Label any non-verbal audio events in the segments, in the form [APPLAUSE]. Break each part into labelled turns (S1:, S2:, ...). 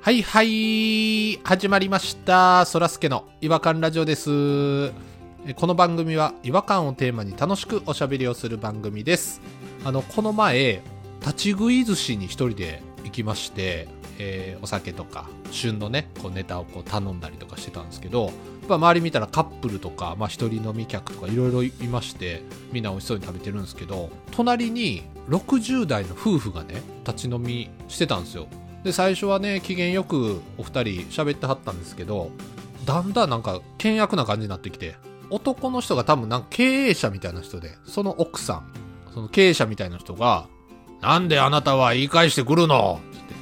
S1: はいはい始まりましたそらすけの違和感ラジオですえこの番組は違和感をテーマに楽しくおしゃべりをする番組ですあのこの前立ち食い寿司に一人で行きまして、えーお酒とか旬のねこうネタをこう頼んだりとかしてたんですけど、まあ、周り見たらカップルとか、まあ、一人飲み客とかいろいろいましてみんな美味しそうに食べてるんですけど隣に60代の夫婦がね立ち飲みしてたんですよで最初はね機嫌よくお二人喋ってはったんですけどだんだんなんか険悪な感じになってきて男の人が多分なんか経営者みたいな人でその奥さんその経営者みたいな人が「なんであなたは言い返してくるの?」って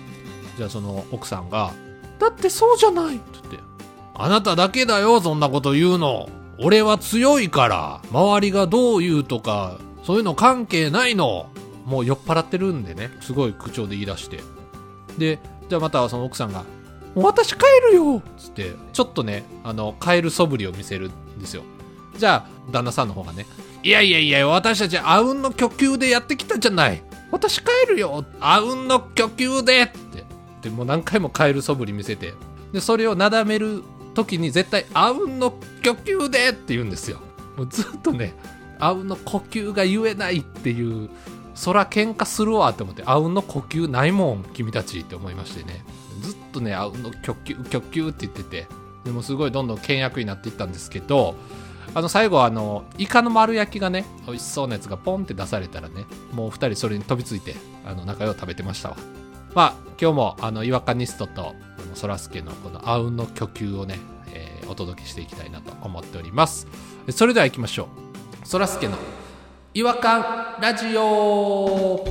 S1: じゃあその奥さんが「だってそうじゃない」って言って「あなただけだよそんなこと言うの俺は強いから周りがどう言うとかそういうの関係ないの」もう酔っ払ってるんでねすごい口調で言い出してでじゃあまたその奥さんが「もう私帰るよ」っつってちょっとねあの帰る素振りを見せるんですよじゃあ旦那さんの方がね「いやいやいや私たちあうんの呼吸でやってきたじゃない私帰るよあうんの呼吸で」ってでもう何回も帰る素振り見せてでそれをなだめる時に絶対「あうんの呼吸で」って言うんですよもうずっとねあうんの呼吸が言えないっていうそら喧嘩するわって思ってあうんの呼吸ないもん君たちって思いましてねずっとねあうんの呼吸呼吸って言っててでもすごいどんどん倹約になっていったんですけどあの最後はあのイカの丸焼きがね美味しそうなやつがポンって出されたらねもう2人それに飛びついてあの仲良く食べてましたわまあ今日もあの違和感ニストとあのそらすけのこのあうんの呼吸をね、えーお届けしていきたいなと思っておりますそれでは行きましょうそらすけの違和感ラジオ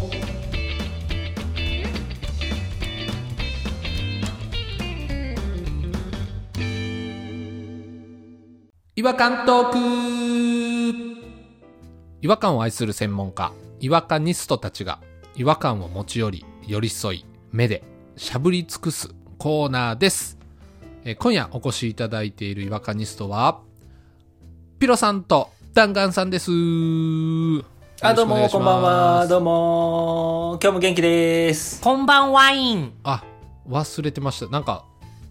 S1: 違和感トーク違和感を愛する専門家違和感ニストたちが違和感を持ち寄り寄り添い目でしゃぶり尽くすコーナーですえー今夜お越しいただいている違和感ニストはピロさんと弾丸さんです
S2: あ、どうも、こんばんは。
S1: ど
S2: どうも、今日も元気です。
S3: こんばんワイン。
S1: あ忘れてましたなんか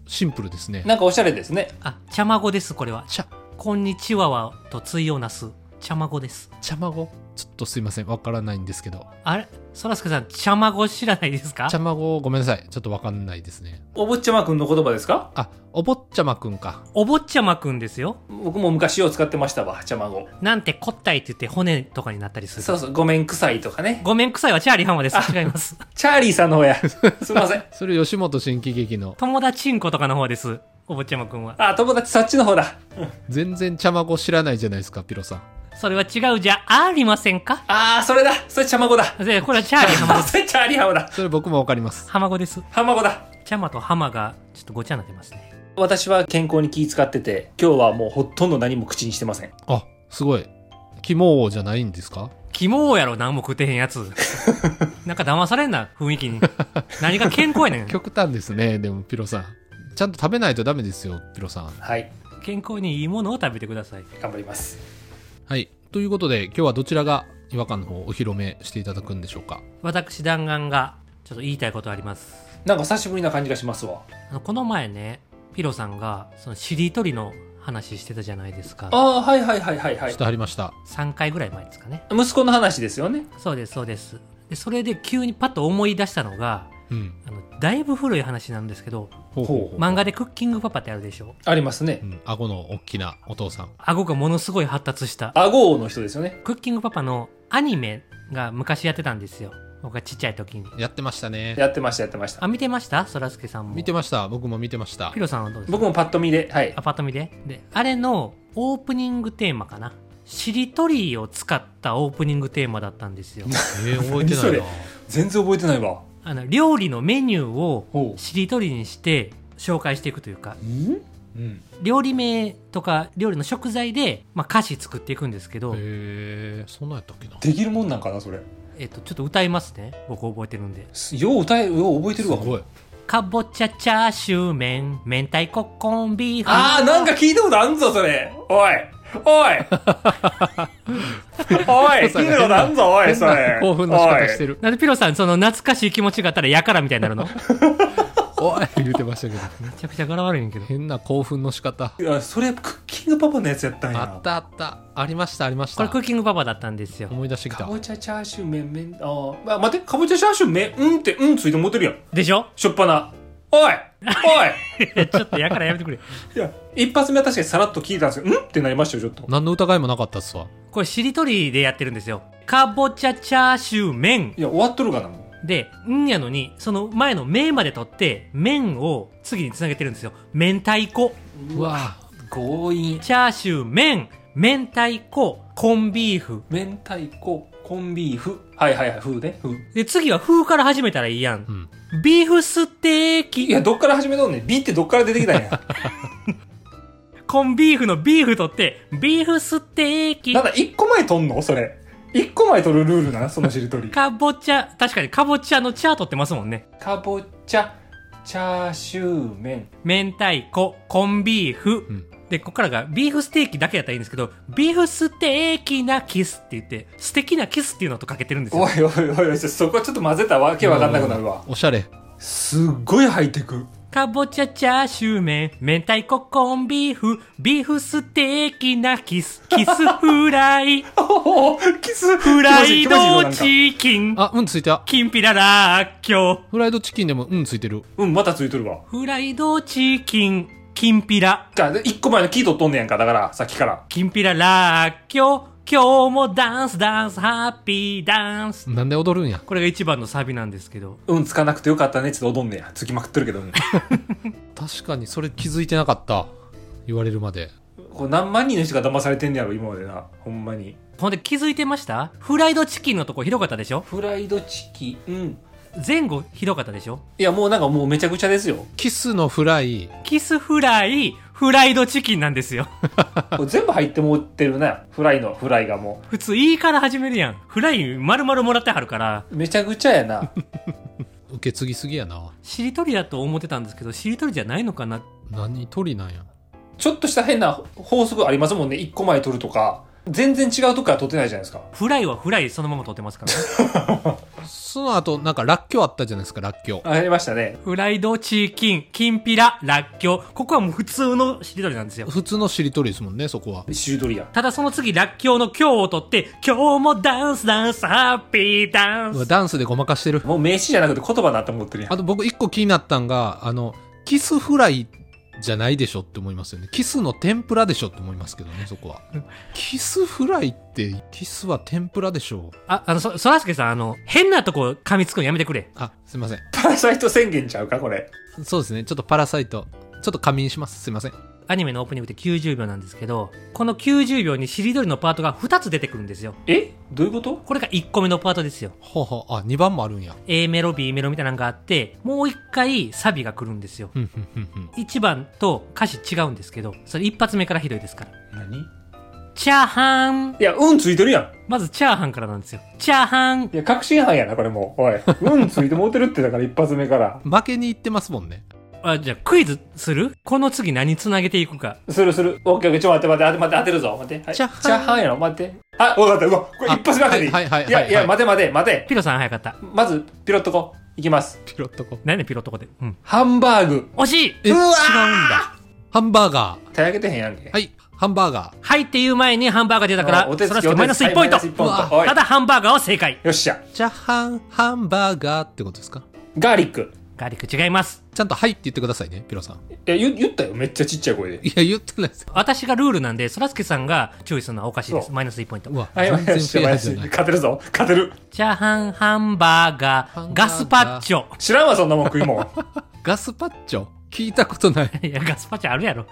S1: シンプルですね
S2: なんかおしゃれですね。
S3: あ、茶まごです、これは。
S1: ちゃ
S3: こんにちははと対応なす。茶まごです。
S1: 茶まごちょっとすいませんわからないんですけど
S3: あれそらすけさん、茶まご知らないですか
S1: 茶まごごめんなさいちょっとわかんないですね
S2: おぼっちゃまくんの言葉ですか
S1: あおぼっちゃまくんか
S3: お坊ちゃまくんですよ。
S2: 僕も昔を使ってましたわ、ちゃまご。
S3: なんてこったいって言って骨とかになったりする。
S2: そうそう、ごめんくさいとかね。
S3: ごめんくさいはチャーリーハンマです。違います。
S2: チャーリーさんの方や。 [LAUGHS] すいません。
S1: それ吉本新喜劇の
S3: 友達んことかの方です。お坊ちゃまくんは。
S2: あ、友達そっちの方だ。
S1: 全然茶まご知らないじゃないですかピロさん
S3: それは違うじゃありませんか
S2: あー、それだ。それちゃまごだ。
S3: で、これはチャーリーハンマで
S2: [LAUGHS]
S3: す。
S2: それチャーリーハマだ。
S1: それ僕もわかります
S3: ハマゴです。
S2: ハマごだ。
S3: 茶まとハマがちょっとごちゃになってますね。
S2: 私は健康に気使ってて、今日はもうほとんど何も口にしてません。
S1: あすごい肝じゃないんですか
S3: キモーやろ、何も食ってへんやつ。なんか騙されんな、雰囲気に。何が健康やね
S2: [LAUGHS]
S3: ん。
S1: 極端ですねでもピロさんちゃんと食べないとダメですよピロさん
S2: はい、
S3: 健康にいいものを食べてください。
S2: 頑張ります。
S1: はいということで今日はどちらが違和感の方をお披露目していただくんでしょうか
S3: 私弾丸がちょっと言いたいことあります。
S2: なんか久しぶりな感じがしますわ。
S3: あのこの前ね、ピロさんがそのしりとりの話してたじゃないですか。
S2: あー、はいはいはいはいはい
S1: し。てはりました
S3: 3回ぐらい前ですかね。
S2: 息子の話ですよね。
S3: そうです、そうです。で、それで急にパッと思い出したのが、
S1: うん
S3: あのだいぶ古い話なんですけど、
S1: ほう
S2: ほう
S3: 漫画でクッキングパパってあるでしょ。
S2: ありますね
S1: う。ん、顎の大きなお父さん
S3: 顎がものすごい発達した。
S2: 顎王の人ですよね。
S3: クッキングパパのアニメが昔やってたんですよ。僕がちっちゃい時に。
S1: やってましたね
S2: やってました、やってました。
S3: あ、見てましたそらすけさんも。
S1: 見てました僕も見てました
S3: ピロさんはどうですか
S2: 僕もパッと見で、はい
S3: ア。パート見でであれのオープニングテーマかなしりとりを使ったオープニングテーマだったんで
S2: [LAUGHS]
S3: すよ
S1: えー、覚えてないな
S2: 何全然覚えてないわ。
S3: あの料理のメニュー
S2: ほ
S3: を
S2: う
S3: しりとりにして紹介していくというか
S2: ん
S1: うん
S3: 料理名とか料理の食材で、まあ、歌詞作っていくんですけど、
S1: へえそんなんやったっけな
S2: できるもんなんかな、それ。
S3: えっと、ちょっと歌いますね僕覚えてるんです
S2: よう歌え、よう覚えて
S1: す
S2: るわ。
S1: ごい
S3: 「かぼちゃチャーシュー麺明太子コンビーフ」
S2: あー、なんか聞いたことあんぞ、それ。おい。お [LAUGHS] い。おい、聞いたことあんぞ、おい、それ。
S1: 興奮の仕方してる
S3: なんでピロさんその懐かしい気持ちがあったらやからみたいになるの
S1: おおい言うてましたけど
S3: [LAUGHS] めちゃくちゃ柄悪いんやけど
S1: 変な興奮の仕方
S2: いやそれクッキングパパのやつやったんや
S1: あったあったありましたありまし
S3: こ
S1: た
S3: れクッキングパパだったんですよ
S1: 思い出してき
S2: か
S1: た
S2: ぼちゃチャーシュー麺麺あーあ待ってかぼちゃチャーシュー麺うんってうんついて持ってるやん
S3: でしょ
S2: しょっぱなおいおい
S3: [LAUGHS] ちょっとやからやめてくれ
S2: いや一発目は確かにさらっと聞いたんですけどうんってなりましたよちょっと
S1: 何の疑いもなかったっすわ
S3: これしりとりでやってるんですよかぼちゃチャーシュー麺
S2: いや終わっとるかなも
S3: で「ん」やのにその前の「麺」まで取って麺を次につなげてるんですよ明太子
S2: う
S1: うわ
S2: 強引
S3: チャーシュー麺明太子コンビーフ
S2: 明太子コンビーフはいはいはい風ね風
S3: で次は風から始めたらいいやん
S1: うん
S3: ビーフステー
S2: い
S3: キ
S2: やどっから始めとんねん B ってどっから出てきたん [LAUGHS] や
S3: コンビーフのビーフ取ってビーフステーキ
S2: なんだ一個前取んのそれ一個前取るルールなそのしりとり
S3: かぼちゃ確かにかぼちゃのチャー取ってますもんね
S2: かぼちゃチャーシュー麺
S3: 明太子コンビーフ、
S1: ん
S3: でここからがビーフステーキだけだったらいいんですけどビーフステーキなキスって言って素敵なキスっていうのとかけてるんですよ
S2: おいおいおいおいそこはちょっと混ぜたらわけわかんなくなるわ
S1: おしゃれ
S2: すっごいハイテク
S3: かぼちゃチャーシュー麺、明太子コンビーフ、ビーフステーキなキス、キスフライ、
S2: [LAUGHS] おおキス
S3: フ
S2: フ
S3: ライドチキン、
S1: あうんついた
S3: きんぴららっきょ
S1: フライドチキンでもうんついてる
S2: うんまたついとるわ
S3: う。フライドチキン、きんぴら、
S2: かで一個前のキー取っとんねやんかだからさっきから
S3: きんぴららっきょう。今日もダンスダンス、ハッピーダンス。
S1: なんで踊るんや
S3: これが一番のサビなんですけど。
S2: うんつかなくてよかったねちょっと踊んねやつきまくってるけど、うん
S1: 確かにそれ気づいてなかった言われるまで
S2: これ何万人の人が騙されてんねやろ今までなほんまに
S3: ほんで気づいてましたフライドチキンのとこひどかったでしょ
S2: フライドチキン
S3: 前後ひどかったでしょ
S2: いやもうなんかもうめちゃくちゃですよ
S1: キスのフライ
S3: キスフライ、フライドチキンなんですよ。 [LAUGHS]
S2: これ全部入ってもってるなフライのフライがも
S3: 普通、いいから始めるやん。フライ丸々もらってはるから、
S2: うめちゃくちゃやな
S1: 受け継ぎすぎやな
S3: しりとりだと思ってたんですけど、しりとりじゃないのかな。
S1: 何鳥なんや
S2: ちょっとした変な法則ありますもんね一個前取るとか全然違うとこから取ってないじゃないですか
S3: フライはフライそのまま取ってますから。
S1: その後なんからっきょうあったじゃないですからっきょう
S2: ありましたね
S3: フライドチキン、きんぴら、らっきょう。ここはもう普通のしりとりなんですよ。
S1: 普通のしりとりですもんねそこは
S2: シュードリアン
S3: ただその次、らっきょうの今日を取って、今日もダンスダンス、ハッピーダン
S1: うわ
S3: ス。
S1: ダンスでごまかしてる
S2: もう名詞じゃなくて言葉だと思ってるやん [LAUGHS]
S1: あと僕一個気になったんがあのキスフライじゃないでしょって思いますよねキスの天ぷらでしょって思いますけどねそこはキスフライってキスは天ぷらでしょう
S3: あ、あの、そ、そらすけさん、あの、変なとこ噛みつくのやめてくれ。
S1: あすいません
S2: パラサイト宣言ちゃうかこれ
S1: そうですねちょっとパラサイトちょっと仮眠しますすいません
S3: アニメのオープニングって90秒なんですけど、この90秒にしりとりのパートが2つ出てくるんですよ。
S2: えどういうこと
S3: これが1個目のパートですよ。
S1: ほうほうあ2番もあるんや
S3: A メロ、B メロみたいなのがあって、もう1回サビが来るんですよ。
S1: ふんふんふんふん
S3: 1番と歌詞違うんですけど、それ一発目からひどいですから。
S2: 何い
S3: チャーハン
S2: やうんついてるやん
S3: まずチャーハンからなんですよ。チャーハン
S2: いや確信犯やなこれもうおいうんついて持ってるってだから一発目から
S1: 負けにいってますもんね
S3: あ、じゃあクイズするこの次何つなげていくか。
S2: するする。オッケーオッケー。ちょっと待って待って待って当てるぞ。待って。はい、
S1: チャハン
S2: チャハンやろ。待って。あ、わかった。うわ、これ
S1: あ
S2: 一発目当てでいい。
S1: はいはいはい
S2: いや、
S1: はい
S2: いや、待て待て待て。
S3: ピロさん早かった。
S2: まず、ピロッとこ。いきます。
S1: ピロッとこ
S3: 何でピロっとこで。うん。
S2: ハンバーグ。
S3: 惜しい
S1: え
S3: 違うんだ。
S1: ハンバーガ
S2: 手上げてへんやんけ。
S1: ーはいハンバーガ
S3: はいっていう前にハンバーガー出たから、
S2: お手
S3: そ
S2: つ
S3: ら
S2: き
S3: すけ
S2: お手つき
S3: マイナス1ポイン
S2: はいマイナス1ポイン
S3: ト。
S1: う
S2: ト。おい
S3: た。だハンバーガーは正解。
S2: よっしゃ。
S1: ーチャハンハンバーガーってことですか
S2: ガーリック。
S3: ガーリック違います。
S1: ちゃんと「はい」って言ってくださいねピロさん
S2: いや、言言ったよ。めっちゃちっちゃい声で。
S1: いや言ってないです
S3: 私がルールなんで、そらすけさんが注意するのはおかしいです。
S2: そ
S3: マイナス1ポイント
S1: う。わ
S2: はい、よ
S1: 全然
S2: っしゃ、
S1: フェ
S2: よ
S1: ア
S2: っ
S1: じ
S2: し
S1: ゃ
S2: ゃ
S1: ない
S2: 勝てるぞ。勝てる。
S3: チャーハン、ハンバーガ
S1: ハンバーガー
S3: ー、ガスパッチョ。
S2: 知らんわ、そんなもん食いもん。
S1: ガスパッチョ聞いたことない [LAUGHS]
S3: いや、ガスパチョあるやろ。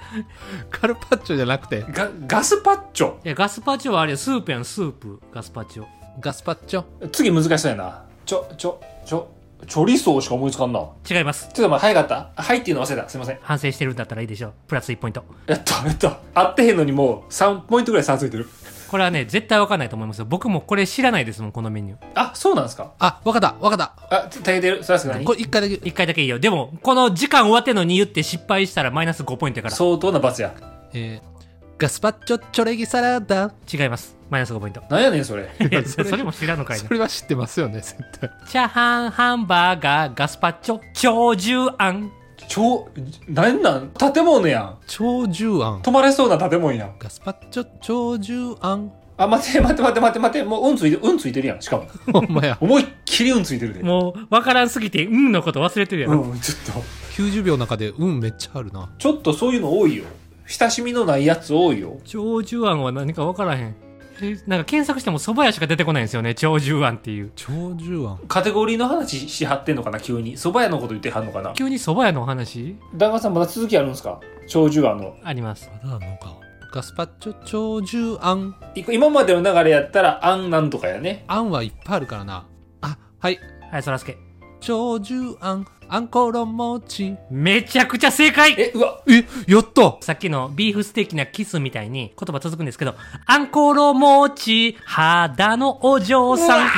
S1: カルパッチョじゃなくて
S2: ガ、ガスパッチョ。
S3: いや、ガスパチョはあれよ、スープやん、スープ。ガスパチョ。
S1: ガスパッチョ
S2: 次難しそうやな。ちょ、ちょ、ちょ、チョリソーしか思いつかんな。ちょ
S3: 違います。
S2: っと待って、早かった。はいっていうの忘れた。すいません。
S3: 反省してるんだったらいいでしょう。プラス1ポイント。
S2: やった、やった。合ってへんのにもう3ポイントぐらい差ついてる。
S3: これはね、絶対わかんないと思いますよ。僕もこれ知らないですもん、このメニュー。
S2: あ、そうなんですか
S1: あわかったわかった
S2: あ、手挙げてるそらすけ何
S1: これ一回だけ
S3: 1回だけいいよ。でも、この時間終わってんのに言って失敗したらマイナス5ポイントやから。
S2: 相当な罰や。
S1: えーガスパッチョチョレギサラダ
S3: 違います。マイナス5ポイント。
S2: なんやねん、それ。
S3: いや、それも知らんのかいな
S1: そ。れは知ってますよね絶対
S3: チャーハン、ハンバーガー、ガスパチョ、鳥獣庵。
S2: 超、なんなん建物やん。
S1: 超重案。
S2: 泊まれそうな建物やん。
S1: ガスパッチョ超重 [LAUGHS] 案。
S2: あ、待て待て待て待て待て。もううんついて、うんついてるやん。しかも。
S1: ほんまや。
S2: 思いっきりうんついてるで。
S3: もう、わからんすぎて、うんのこと忘れてるやろ。
S2: うん、ちょっと。
S1: 90秒の中で運めっちゃあるな。
S2: ちょっとそういうの多いよ。親しみのないやつ多いよ。
S3: 長寿庵は何か分からへんえなんか検索しても蕎麦屋しか出てこないんですよね長寿庵っていう
S1: 超重案。
S2: カテゴリーの話しはってんのかな急に。蕎麦屋のこと言ってはんのかな
S3: 急に蕎麦屋のお話
S2: ダンカンさんまだ続きあるんですか長寿庵の。
S3: あります
S1: まだあんのか。ガスパッチョ超重案。
S2: い今までの流れやったら、あんなんとかやね。
S1: 案はいっぱいあるからな。あ、はい。
S3: はいそらすけ
S1: 超重案。あんころ餅。
S3: めちゃくちゃ正解
S2: え、うわ、
S1: え、やった
S3: さっきのビーフステーキなキスみたいに言葉続くんですけど、アンコロ持ち、肌のお嬢さん。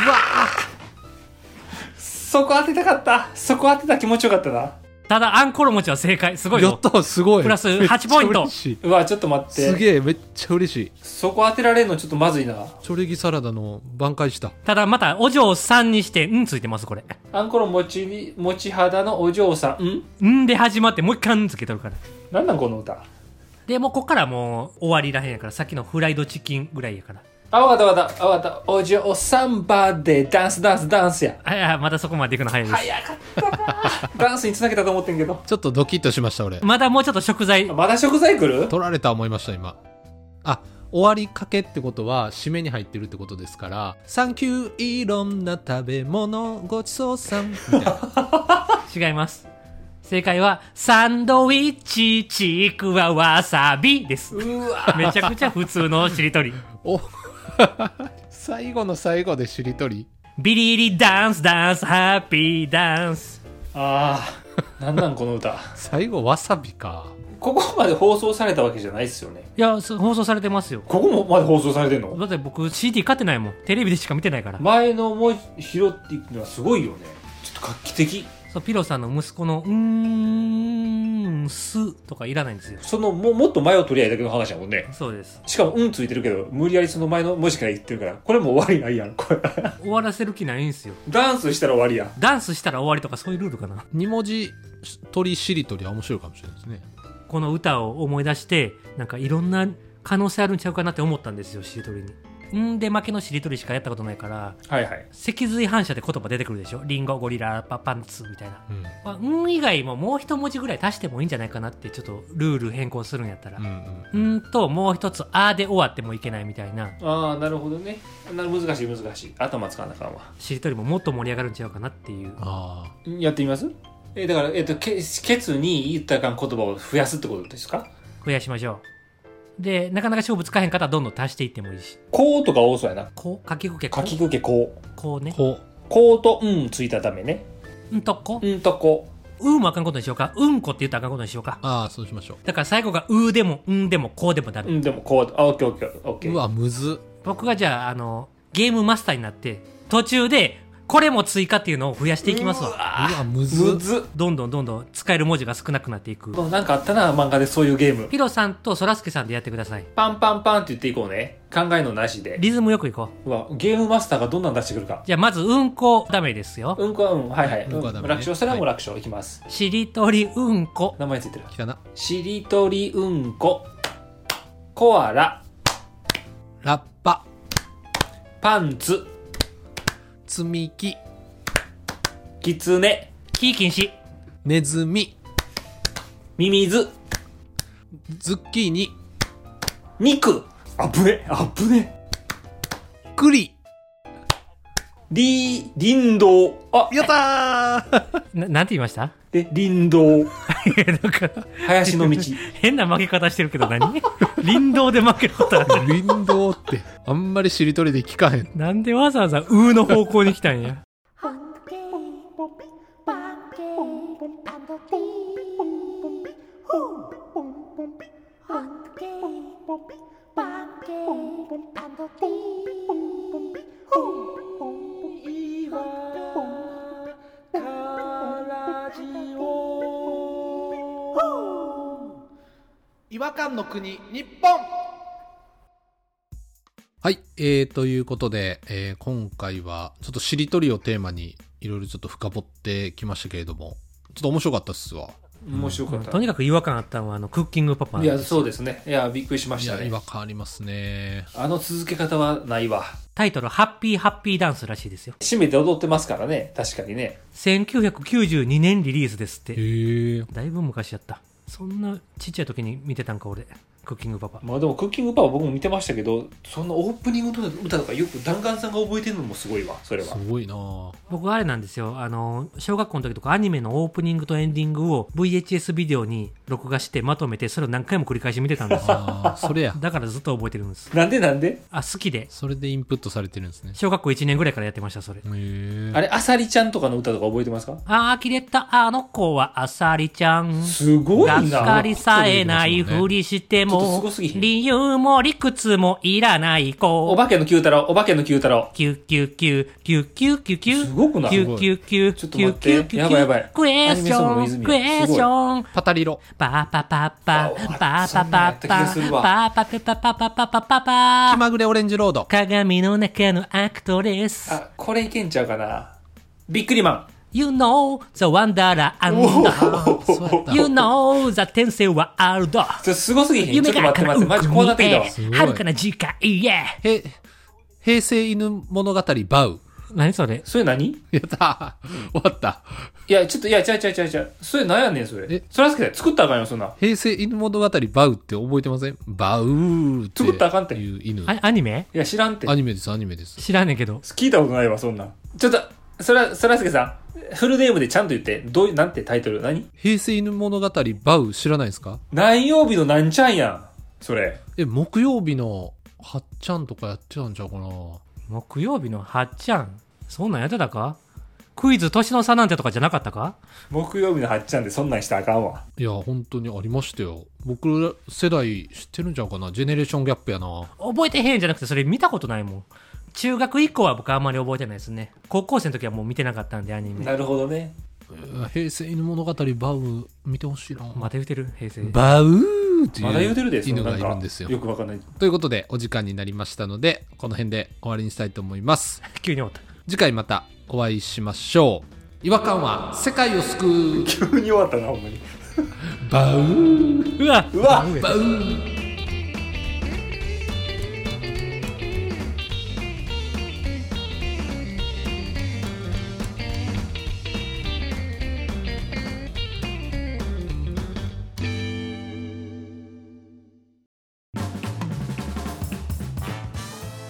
S2: そこ当てたかった。そこ当てた気持ちよかったな。
S3: ただ、アンコロ持ちは正解。すごい
S1: や
S3: よ
S1: っ。たすごい
S3: プラス
S1: めっちゃ
S3: 8ポイント
S1: 嬉しいう
S2: わ、ちょっと待って。
S1: すげえめっちゃ嬉しい
S2: そこ当てられるのちょっとまずいな。
S1: チョレギサラダの挽回した
S3: ただ、また、お嬢さんにして、うんついてます、これ。
S2: あんころ持ちに、持ち肌のお嬢さん。ん
S3: うんで始まって、もう一回うんつけとるから。
S2: なんなんこの歌。
S3: で、もうこっからもう終わりらへんやから、さっきのフライドチキンぐらいやから。
S2: あ、わかったわかった。あ、わかった。お嬢さんバでダンスダンスダンスや。
S3: あいや、まだそこまで行くの早いです。
S2: 早かった
S1: [LAUGHS]
S2: な。ダンスにつなげたと思ってんけど。
S1: ちょっとドキッとしました俺
S3: まだもうちょっと食材
S2: あ、まだ食材来る
S1: 取られた思いました今あ終わりかけってことは締めに入ってるってことですから「サンキューいろんな食べ物ごちそうさん」みたいな
S3: 違います。正解は、サンドイッチ、チクワわさびです。
S2: うわ。
S3: めちゃくちゃ普通のしりとり。
S1: お最後の最後でしりとり
S3: ビリリダンスダンス、ハッピーダンス。
S2: あ
S1: [LAUGHS]
S2: ー、なんなんこの歌。
S1: 最後わさびか
S2: ここまで放送されたわけじゃないですよね。
S3: いや、そ放送されてますよ。
S2: ここもまで放送されてんの
S3: だって僕 CD 買ってないもん。テレビでしか見てないから。
S2: 前のも拾っていくのはすごいよね。ちょっと画期的。
S3: そう、ピロさんの息子の、うーん、すとかいらないんですよ。
S2: そのも、もっと前を取り合いだけの話やもんね。
S3: そうです。
S2: しかも、うんついてるけど、無理やりその前の文字から言ってるから、これもう終わりないやん、 [LAUGHS] これ。
S3: 終わらせる気ないんですよ。
S2: ダンスしたら終わりやん。
S3: ダンスしたら終わりとかそういうルールかな。
S1: 2文字取りしりとりは面白いかもしれないですね
S3: この歌を思い出してなんかいろんな可能性あるんちゃうかなって思ったんですよしりとりに。んで負けのしりとりしかやったことないから
S2: はいはい。
S3: 脊髄反射で言葉出てくるでしょリンゴゴリラパパンツみたいな。
S1: うん
S3: まあ、ん以外ももう一文字ぐらい足してもいいんじゃないかなってちょっとルール変更するんやったら。
S1: うん
S3: んーともう一つ「あ」で終わってもいけないみたいな
S2: ああ、なるほどね。な難しい難しい。頭使わなあかんわ。
S3: しりとりももっと盛り上がるんちゃうかなっていう
S1: ああ
S2: やってみますえ、だから、えっと、ケケツに言ったらあかん言葉を増やすってことですか
S3: 増やしましょうでなかなか勝負つかへん方はどんどん足していってもいいし
S2: こうとか多そうやな。
S3: こうかきくけこ
S2: かきくけこう。
S3: うこうね
S1: こう
S2: こうとうんついたためね。
S3: んとこ
S2: うんとこ
S3: うんもあかんことにしようか。うんこって言ったらあかんことにしようか。
S1: ああそうしましょ
S3: だから最後がうーでもうんでもこうでもダ
S2: う。
S3: メ。
S2: うん、でもこう。あ、オッケーオッケーオッ
S1: う
S2: ケ
S1: う
S2: ー。
S1: わむず
S3: 僕がじゃあ、あの、ゲームマスターになって、途中でこれも追加っていうのを増やしていきます
S2: う
S3: わ。
S1: うわむず
S2: むず
S3: どんどんどんどん使える文字が少なくなっていく。
S2: っ。なんかあったな、漫画でそういうゲーム。
S3: ピロさんとそらすけさんでやってください。
S2: パンパンパンって言っていこうね。考えのなしで。
S3: リズムよくいこう。
S2: うわ、ゲームマスターがどんなん出してくるか。
S3: じゃあまず、うんこダメですよ。
S2: うんこはうん、はいはい。
S1: うんこはダメね
S2: 楽勝したらもう楽勝いきます。
S3: しりとりうんこ。
S2: 名前ついてる。
S1: 来たな
S2: しりとりうんこ。コアラ。
S1: ラッパ
S2: パンツ。
S1: 積み木
S2: キツネ。
S3: キー禁止。
S1: ネズミ
S2: ミミズ。
S1: ズッキーニ
S2: 肉。あぶね。あぶね。
S1: 栗
S2: り、林道。あ、
S1: やったー
S3: な、なんて言いました [LAUGHS]
S2: で、林道。
S3: なんか、
S2: 林の道。
S3: 変な負け方してるけど何 [LAUGHS] 林道で負けることある。
S1: [LAUGHS] 林道ってあんまりしりとりで聞かへん
S3: なんでわざわざうーの方向に来たんや。
S4: Hunky,
S1: 違和感の国日本はい、えー、ということで、えー今回はちょっとしりとりをテーマにいろいろちょっと深掘ってきましたけれどもちょっと面白かったっすわ
S2: [LAUGHS] 面白か
S3: う
S2: っ
S3: ん
S2: た、
S3: とにかく違和感あったのはあのクッキングパパ
S2: いやそうですねいやびっくりしま
S1: い
S2: した
S1: や、違
S2: ね
S1: 和感ありますね。
S2: あの続け方はないわ
S3: タイトル「ハッピーハッピーダンス」らしいですよ
S2: 締めて踊ってますからね確かにね
S3: 1992年リリースですって
S1: へえ。
S3: だいぶ昔やったそんなちっちゃい時に見てたんか俺クッキングパパ
S2: まあでもクッキングパパ僕も見てましたけどそのオープニングの歌とかよく弾丸さんが覚えてるのもすごいわそれは
S1: すごいなぁ
S3: 僕あれなんですよあの小学校の時とかアニメのオープニングとエンディングを VHS ビデオに録画してまとめてそれを何回も繰り返し見てたんで
S2: [LAUGHS]
S3: すよ
S1: あーそれや。
S3: だからずっと覚えてるんです
S2: なんでなんで
S3: あ好きで
S1: それでインプットされてるんですね。
S3: 小学校1年ぐらいからやってましたそれ
S1: へえ。
S2: あれあさりちゃんとかの歌とか覚えてますか
S3: あー切れたあの子はあさりちゃん
S2: すごい
S3: が
S2: な
S3: っかりさえないふりして
S2: ちょっとす
S3: も
S2: ごすぎひん
S3: 理由も理屈もいらない
S2: お
S3: 子
S2: 化けの九太郎お化けの九太郎
S3: キュキュキュキュキュキュキュ
S2: すごくない
S3: キュキュキュ
S2: ちょっと
S3: キ
S2: 待
S3: ュ
S2: っ
S3: キュ
S2: て
S3: キュ
S2: やばいやばい
S3: クエスチ
S2: アニメソングの
S3: ョン
S2: 泉
S3: クエスチョン
S1: パタリロ。
S3: パパパパパパパパパパパパパパパパパパ
S1: 気
S3: パ
S1: まぐれオレンジロード。
S3: 鏡の中のアクトレス
S2: あこれいけんちゃうかなびっくりマ
S3: You know the
S1: そうやっ
S3: wonderland
S1: た
S3: You know the 天性はあるだ
S2: ンちょすごすぎひんちょ
S3: 夢
S2: っと
S3: が
S2: 待って待って
S3: 叶う
S2: マジこうなってきたわ
S1: すごい
S3: 遥かな次回へ
S1: へ、平成犬物語バウ。
S3: 何それ
S2: それ何
S1: やったー終わった。
S2: いやちょっといやちゃうちゃうちゃうちゃうそれ何やねんそれ
S1: え
S2: そらすけ作ったらあかんよそんな
S1: 平成犬物語バウって覚えてませんバウーって。
S2: 作ったらあかんって
S1: いう犬。
S3: あアニメ
S2: いや知らんって
S1: アニメです、アニメです。
S3: 知らんねんけど
S2: 聞いたことないわそんなんちょっとそらそらすけさんフルネームでちゃんと言ってどういうなんてタイトル何
S1: 平成犬物語バウ知らないですか
S2: 何曜日のなんちゃんやんそれ
S1: え、木曜日のはっちゃんとかやってたんちゃうかな
S3: 木曜日のはっちゃんそんなんやってたかクイズ年の差なんてとかじゃなかったか
S2: 木曜日のはっちゃんでそんなんしたらあかんわ
S1: いや、本当にありましたよ。僕ら世代知ってるんちゃうかなジェネレーションギャップやな。
S3: 覚えてへんじゃなくてそれ見たことないもん中学以降は僕あんまり覚えてないですね高校生の時はもう見てなかったんでアニメ
S2: なるほどね
S1: 平成犬物語バウ見てほしいな。
S3: また言うてる平成
S1: バウーって
S2: まだ言うてる
S1: い
S2: で
S1: う
S2: その
S1: 犬がい
S2: な
S1: るん
S2: ん
S1: です
S2: か
S1: よ。
S2: よくわかんない
S1: ということで、お時間になりましたので、この辺で終わりにしたいと思います。
S3: 急に終わった
S1: 次回またお会いしましょう。違和感は世界を救う。
S2: 急に終わったなほんまに
S1: バウー
S3: うわ
S2: うわ
S1: バウー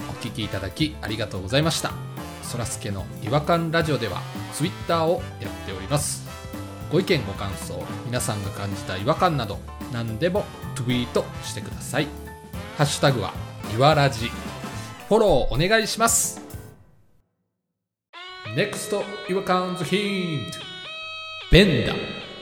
S1: お聞きいただきありがとうございましたそらすけの違和感ラジオではツイッターをやっておりますご意見ご感想皆さんが感じた違和感など何でもツイートしてくださいハッシュタグはいわらじフォローお願いします NEXT 違和感ズヒントベンダー